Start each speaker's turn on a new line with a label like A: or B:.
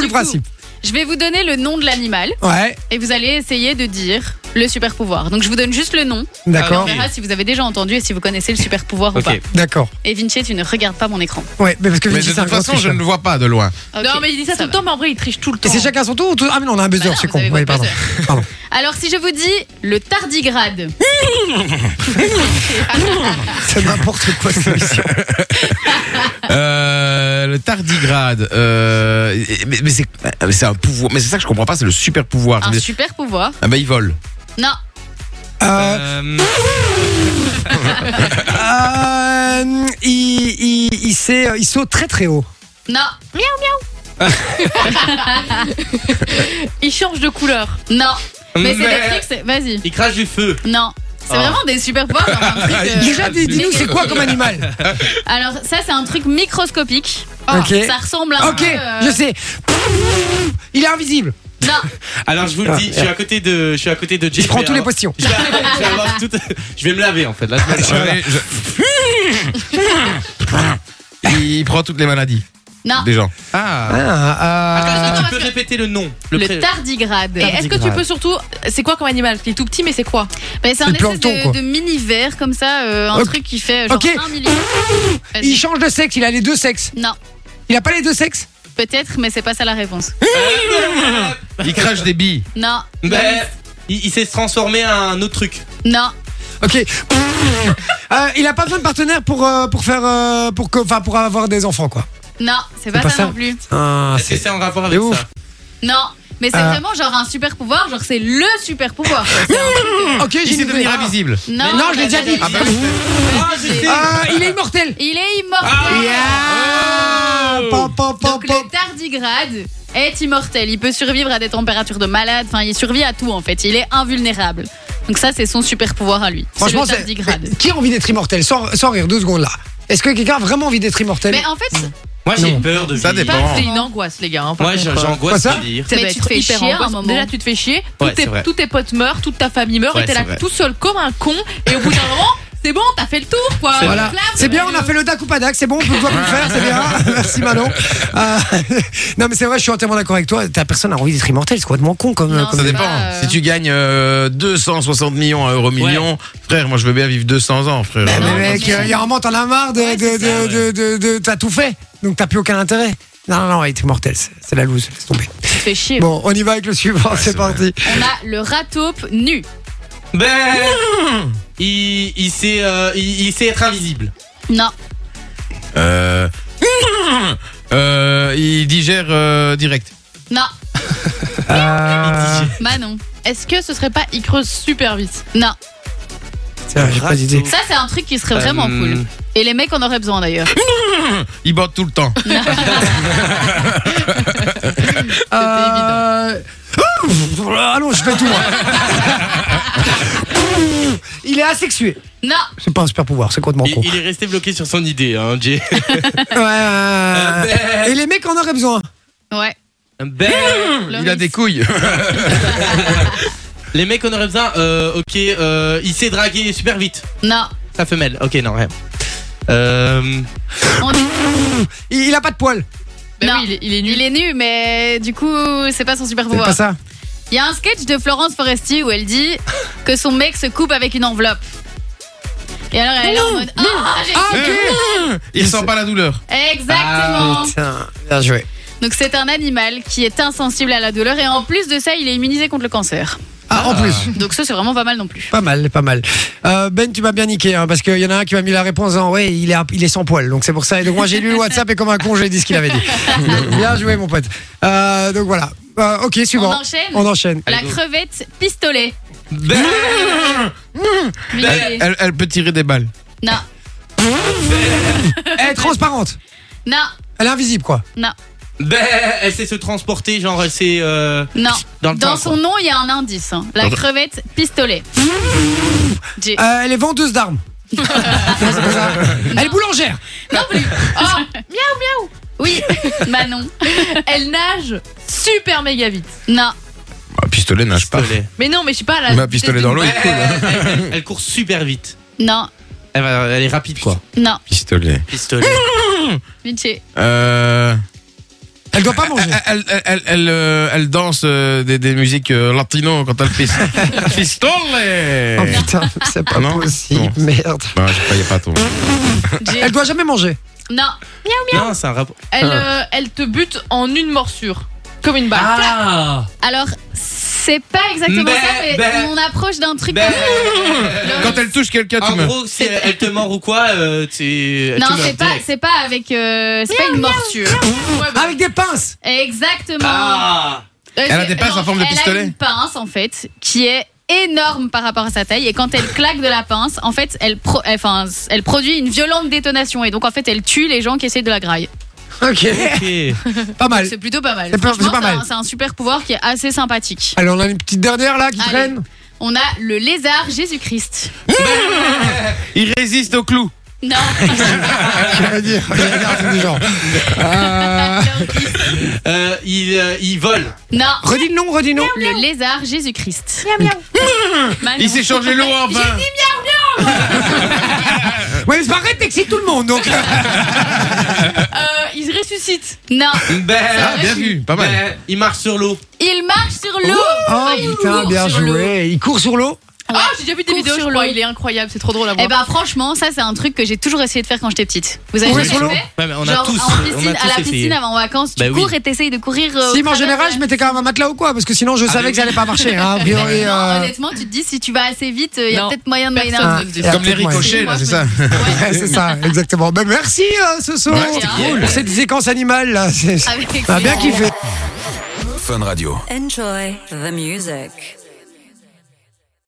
A: le
B: coup,
A: principe.
B: Je vais vous donner le nom de l'animal
A: Ouais,
B: et vous allez essayer de dire le super pouvoir. Donc je vous donne juste le nom.
A: d'accord,
B: On verra si vous avez déjà entendu et si vous connaissez le super pouvoir
C: Ok.
B: ou pas.
A: d'accord.
B: Et Vinci, tu ne regardes pas mon écran.
A: Ouais, mais parce que
D: Mais
A: Vinci,
D: de
A: c'est un
D: toute
A: grand
D: façon, je
A: tricheur.
D: ne le vois pas de loin.
B: Ok.
E: Non, mais il dit ça
B: Ça
E: tout le
B: va.
E: temps, mais en vrai, il triche tout le
A: Et
E: temps.
A: c'est chacun son tour ou tout Ah, mais non, on a un buzzer,
B: Bah non,
A: c'est
B: vous
A: con.
B: avez
A: Oui,
B: votre
A: pardon. Pardon.
B: Alors si je vous dis le tardigrade,
A: C'est n'importe quoi, cette émission.
D: Euh, le tardigrade. euh, mais mais c'est mais c'est un pouvoir. Mais c'est ça que je comprends pas, c'est le super pouvoir.
B: un
D: Mais-
B: super pouvoir.
D: Ah bah il vole.
B: Non,
A: Euh,
C: Euh,
A: euh, il, il, il, sait, euh, il saute très très haut.
B: non,
E: Il change de couleur.
B: non. Mais c'est
C: Mm. mais-
B: des trucs, c'est- vas-y.
C: Il crache du feu.
B: Non. C'est
C: Ah.
B: vraiment des super pouvoirs. dans un truc, euh,
A: Déjà, dis- dis-nous,
B: mais-
A: c'est quoi comme animal
B: Alors ça, c'est un truc microscopique. Oh,
A: Ok.
B: Ça ressemble à. un
A: Ok,
B: peu, euh,
A: je sais. Il est invisible.
B: Non,
C: Alors je vous
A: Ah,
C: le dis, je suis à côté de, je suis à côté de Jay.
A: Il
C: je
A: prend
C: vais
A: tous les
C: avoir-
A: postillons.
C: Je vais, je vais avoir tout- je vais me laver en fait. Là, je me lave.
D: Ouais, je- il prend toutes les maladies
B: non.
D: des gens.
C: Ah.
A: Ah,
C: Attends,
A: euh,
C: est-ce que tu peux répéter le nom.
B: Le,
C: pré-
B: tardigrade.
E: Et est-ce que tu
A: Tardigrade.
E: peux surtout. C'est quoi comme animal Il est tout petit, mais c'est quoi
B: Ben, c'est
A: Le
B: un espèce
A: plancton, quoi.
B: de, de mini verre comme ça, euh, un
A: Ok.
B: truc qui fait euh, genre
A: Ok.
B: 1 million. Vas-y.
A: il change de sexe, il a les deux sexes.
B: Non,
A: Il a pas les deux sexes
B: peut-être, mais c'est pas ça la réponse.
D: Il crache des billes.
B: Non,
C: Ben, il, il s'est transformé à un autre truc.
A: Ah,
B: non,
A: Ok. Euh, il a pas besoin de partenaire pour, euh, pour faire euh, pour que enfin pour avoir des enfants quoi.
B: non, c'est pas,
A: pas
B: ça,
A: ça.
B: non plus.
A: Ah,
C: Est-ce que c'est en rapport avec
A: C'est ouf.
C: ça
B: Non, mais c'est
A: Ah.
B: vraiment genre un super pouvoir, genre c'est le super pouvoir. quoi. C'est un truc,
A: ok,
D: Il
A: j'ai
D: sait
A: une
D: devenir
A: idée.
D: invisible.
B: euh, Non,
A: Non, je l'ai
B: bah,
A: déjà
B: bah,
A: dit.
B: bah,
A: Ah,
B: bah,
C: Ah, je sais.
A: Ah, il est immortel.
B: Il est immortel.
A: Ah. Yeah.
C: Oh.
A: Pom, pom, pom,
B: Donc
A: pom.
B: le tardigrade est immortel. Il peut survivre à des températures de malade. Enfin, il survit à tout en fait. Il est invulnérable. Donc ça, c'est son super pouvoir à lui. C'est
A: Franchement,
B: le
A: c'est-
B: tardigrade.
A: qui a envie d'être immortel sans, sans rire deux secondes là. Est-ce que quelqu'un a vraiment envie d'être immortel
B: Mais en fait,
C: Moi j'ai
A: Non.
C: peur de
D: Ça
C: vivre.
D: dépend. Bon.
E: C'est une angoisse, les gars. hein, par
C: Moi j'ai-
E: contre, euh,
A: Quoi,
C: j'angoisse
A: ça
C: de vivre.
B: Mais
E: doit
B: tu
E: être
B: te fais
E: hyper
B: chier à un
E: angoissant.
B: moment.
E: Déjà, tu te fais chier.
C: Ouais,
E: tous, tes,
C: c'est vrai.
E: tous tes potes meurent, toute ta famille meurt,
C: Ouais,
E: et t'es là
C: c'est vrai.
E: tout seul comme un con. Et au bout d'un moment, c'est bon, t'as fait le tour, quoi.
C: C'est
A: Voilà.
E: Donc là,
A: C'est bien, on a fait le dac ou pas dac, c'est bon, on peut doit plus le faire, c'est bien. Merci Manon. Euh, non mais c'est vrai, je suis entièrement d'accord avec toi. T'as personne a envie d'être immortel, c'est complètement con comme.
B: Non,
A: comme-
D: Ça
B: C'est
D: dépend.
B: pas, euh,
D: Si tu gagnes euh, 260 millions à euro million, frère, moi je veux bien vivre 200 ans, frère.
A: Mais
B: non,
A: mec,
B: mais-
A: euh, il y a un moment, t'en as marre de.
B: Ouais,
A: de,
B: c'est
A: de,
C: ça, ouais.
A: de, de- de- t'as tout fait, donc t'as plus aucun intérêt. Non, non, non, ouais, t'es mortel, c'est c'est la loose, laisse tomber.
B: tu te fais chier.
A: Bon, on y va avec le suivant, c'est
D: c'est
A: parti.
B: On a Bah, le rat taupe nu.
C: Ben, il, il sait, euh, il, il sait être invisible.
B: Non,
D: Euh, euh, il digère euh, direct.
B: non,
A: Euh,
B: Manon.
E: Est-ce que ce serait pas il creuse super vite
B: Non,
A: tiens, j'ai pas d'idée.
B: ça c'est un truc qui serait vraiment
C: Euh,
B: cool. Et les mecs en auraient besoin d'ailleurs.
D: Il botte tout le temps.
A: Euh, ouf, Allons, je fais tout moi. Il est asexué.
B: Non,
A: C'est pas un super pouvoir, c'est complètement
C: Il,
A: con.
C: il est resté bloqué sur son idée, hein, Jay.
A: Ouais, ouais, ouais, ouais. Et les mecs en auraient besoin.
B: ouais.
C: Ben,
D: Il a des couilles.
C: les mecs, on aurait besoin. euh, ok, euh, il sait draguer super vite.
B: Non,
C: Sa femelle. Ok, non, rien. Euh,
B: on dit-
A: Il, il a pas de poils.
E: Ben
B: Non.
E: oui, il est, il est nul.
B: il est nu, mais du coup, c'est pas son super
A: C'est
B: pouvoir.
A: pas ça.
B: Il y a un sketch de Florence Foresti où elle dit que son mec se coupe avec une enveloppe. Et alors elle est là en mode Ah, j'ai
A: Ah,
B: su.
A: ok.
D: Il sent pas la douleur.
E: Ah,
B: Exactement
A: Putain, bien joué.
B: Donc c'est un animal qui est insensible à la douleur et en plus de ça, il est immunisé contre le cancer.
A: Ah, en plus.
B: Donc ça, c'est vraiment pas mal non plus.
A: Pas mal, pas mal. Euh, ben, tu m'as bien niqué, hein, parce qu'il y en a un qui m'a mis la réponse en ouais, il est, un- il est sans poil, donc c'est pour ça. Et donc moi j'ai lu le WhatsApp et comme un con j'ai dit ce qu'il avait dit. bien joué mon pote. Euh, donc voilà. Euh, ok,
B: On
A: suivant.
B: enchaîne
A: On enchaîne.
B: La
C: Allez, go.
B: crevette pistolet.
C: ben,
B: Mais-
D: Elle, elle- elle peut tirer des balles.
B: Non,
A: Elle est transparente.
B: non,
A: Elle est invisible quoi.
B: non,
C: ben, elle sait se transporter, genre, elle sait. euh,
B: non.
C: Dans le temps,
B: son nom, il y a un indice. hein. La
D: Dans-
B: crevette pistolet. J'ai-
A: Euh, elle est vendeuse d'armes. Non, c'est pas ça. Elle est boulangère.
B: Non plus.
E: Ah,
B: Oui, Manon.
E: elle nage super méga vite.
B: Non,
D: Bah, pistolet nage pas.
C: pistolet. Ah,
E: Mais non, mais je sais pas.
D: Mais
E: La
D: un pistolet dans l'eau, il coule. hein.
C: Elle, elle court super vite.
B: non,
C: Elle, va- elle est rapide, quoi.
B: non.
D: Pistolet.
C: Pistolet.
B: Vinci.
D: Euh,
A: Elle doit pas manger.
D: Elle, elle, elle, elle, euh, elle danse euh, des, des musiques euh, latino quand elle pisse. Pistole
A: Oh putain, c'est pas
D: Non
A: possible,
D: Non.
A: merde.
D: Non, Bah, je croyais pas ton.
E: J'ai-
A: Elle doit jamais manger.
E: Non,
C: Non, c'est un rapport.
E: elle, euh, elle te bute en une morsure. Comme une balle.
C: Ah
B: Alors, c'est pas exactement
C: Mais-
B: ça, mais
C: mais-
B: on approche d'un truc
C: Ben,
B: comme ça.
D: Quand elle touche quelqu'un, tu
C: En
D: me.
C: gros, si elle te mord ou quoi, euh, tu. elle te
B: Non,
C: meurt
B: c'est pas,
C: direct.
B: c'est pas avec, euh, c'est pas une morsure.
E: Ouais, bah,
A: Avec des pinces.
B: Exactement.
C: Ah
B: Euh,
D: Elle a
B: c'est-
D: des pinces en
B: non,
D: forme de
B: Elle a
D: pistolet
B: une pince en fait qui est énorme par rapport à sa taille et quand elle claque de la pince, en fait, elle, pro- elle- enfin, elle produit une violente détonation et donc en fait, elle tue les gens qui essayent de la graille.
A: Ok,
C: Ok.
A: pas mal.
B: C'est plutôt pas mal.
A: C'est pas-
B: Franchement,
A: c'est pas
B: un-
A: mal.
B: C'est un super pouvoir qui est assez sympathique.
A: Allez, on a une petite dernière là qui
B: Allez.
A: traîne.
B: On a le lézard Jésus-Christ.
D: Il résiste au clou.
B: Non,
A: Je veux dire, il y a un truc du genre. Euh,
C: Euh, il, euh, il vole.
B: non,
A: Redis le nom, redis le nom.
B: le lézard Jésus-Christ. Manon.
D: Il s'est changé l'eau en vin.
A: Ouais, mais c'est pas vrai, t'excites tout le monde. Donc,
E: euh, il se ressuscite.
B: Non,
D: Ah,
C: Ben,
D: bien vu, pas mal.
C: ben, il marche sur l'eau.
B: il marche sur l'eau. Ah,
A: oh
B: Il
A: putain,
B: court
A: bien
B: sur l'eau.
A: joué. Il court sur l'eau.
E: Ah, j'ai déjà vu des
B: Cours
E: vidéos,
B: sur
E: je crois.
B: l'eau.
E: Il est incroyable, c'est trop drôle à voir.
B: Eh ben franchement, ça c'est un truc que j'ai toujours essayé de faire quand j'étais petite. Vous avez
A: Courir
B: jamais
A: sur l'eau
B: fait
C: Ouais, mais on
B: Genre
C: a tous.
B: en
C: on a
B: piscine,
C: tous
B: à la
C: essayé.
B: piscine avant vacances, tu
C: Bah oui.
B: cours et t'essayes de courir.
A: Si,
B: euh, au
A: mais en
B: travers
A: général,
B: de-
A: je mettais quand même un matelas ou quoi Parce que sinon, je savais
C: mais
A: que ça allait pas marcher. Hein, a priori,
B: Non,
A: euh,
B: honnêtement, tu te dis si tu vas assez vite, il y a
E: Non,
B: peut-être moyen de moyen
E: personne.
A: ah,
E: Comme les
A: et
D: Comme les
A: après, moi,
D: ricochets, là, c'est ça.
A: Ouais, c'est ça, exactement. Ben, merci, euh, Soso,
B: Ouais, c'était cool.
A: pour cette séquence animale. Là. C'est-
B: Avec
A: On a bien kiffé.
F: Enjoy the music.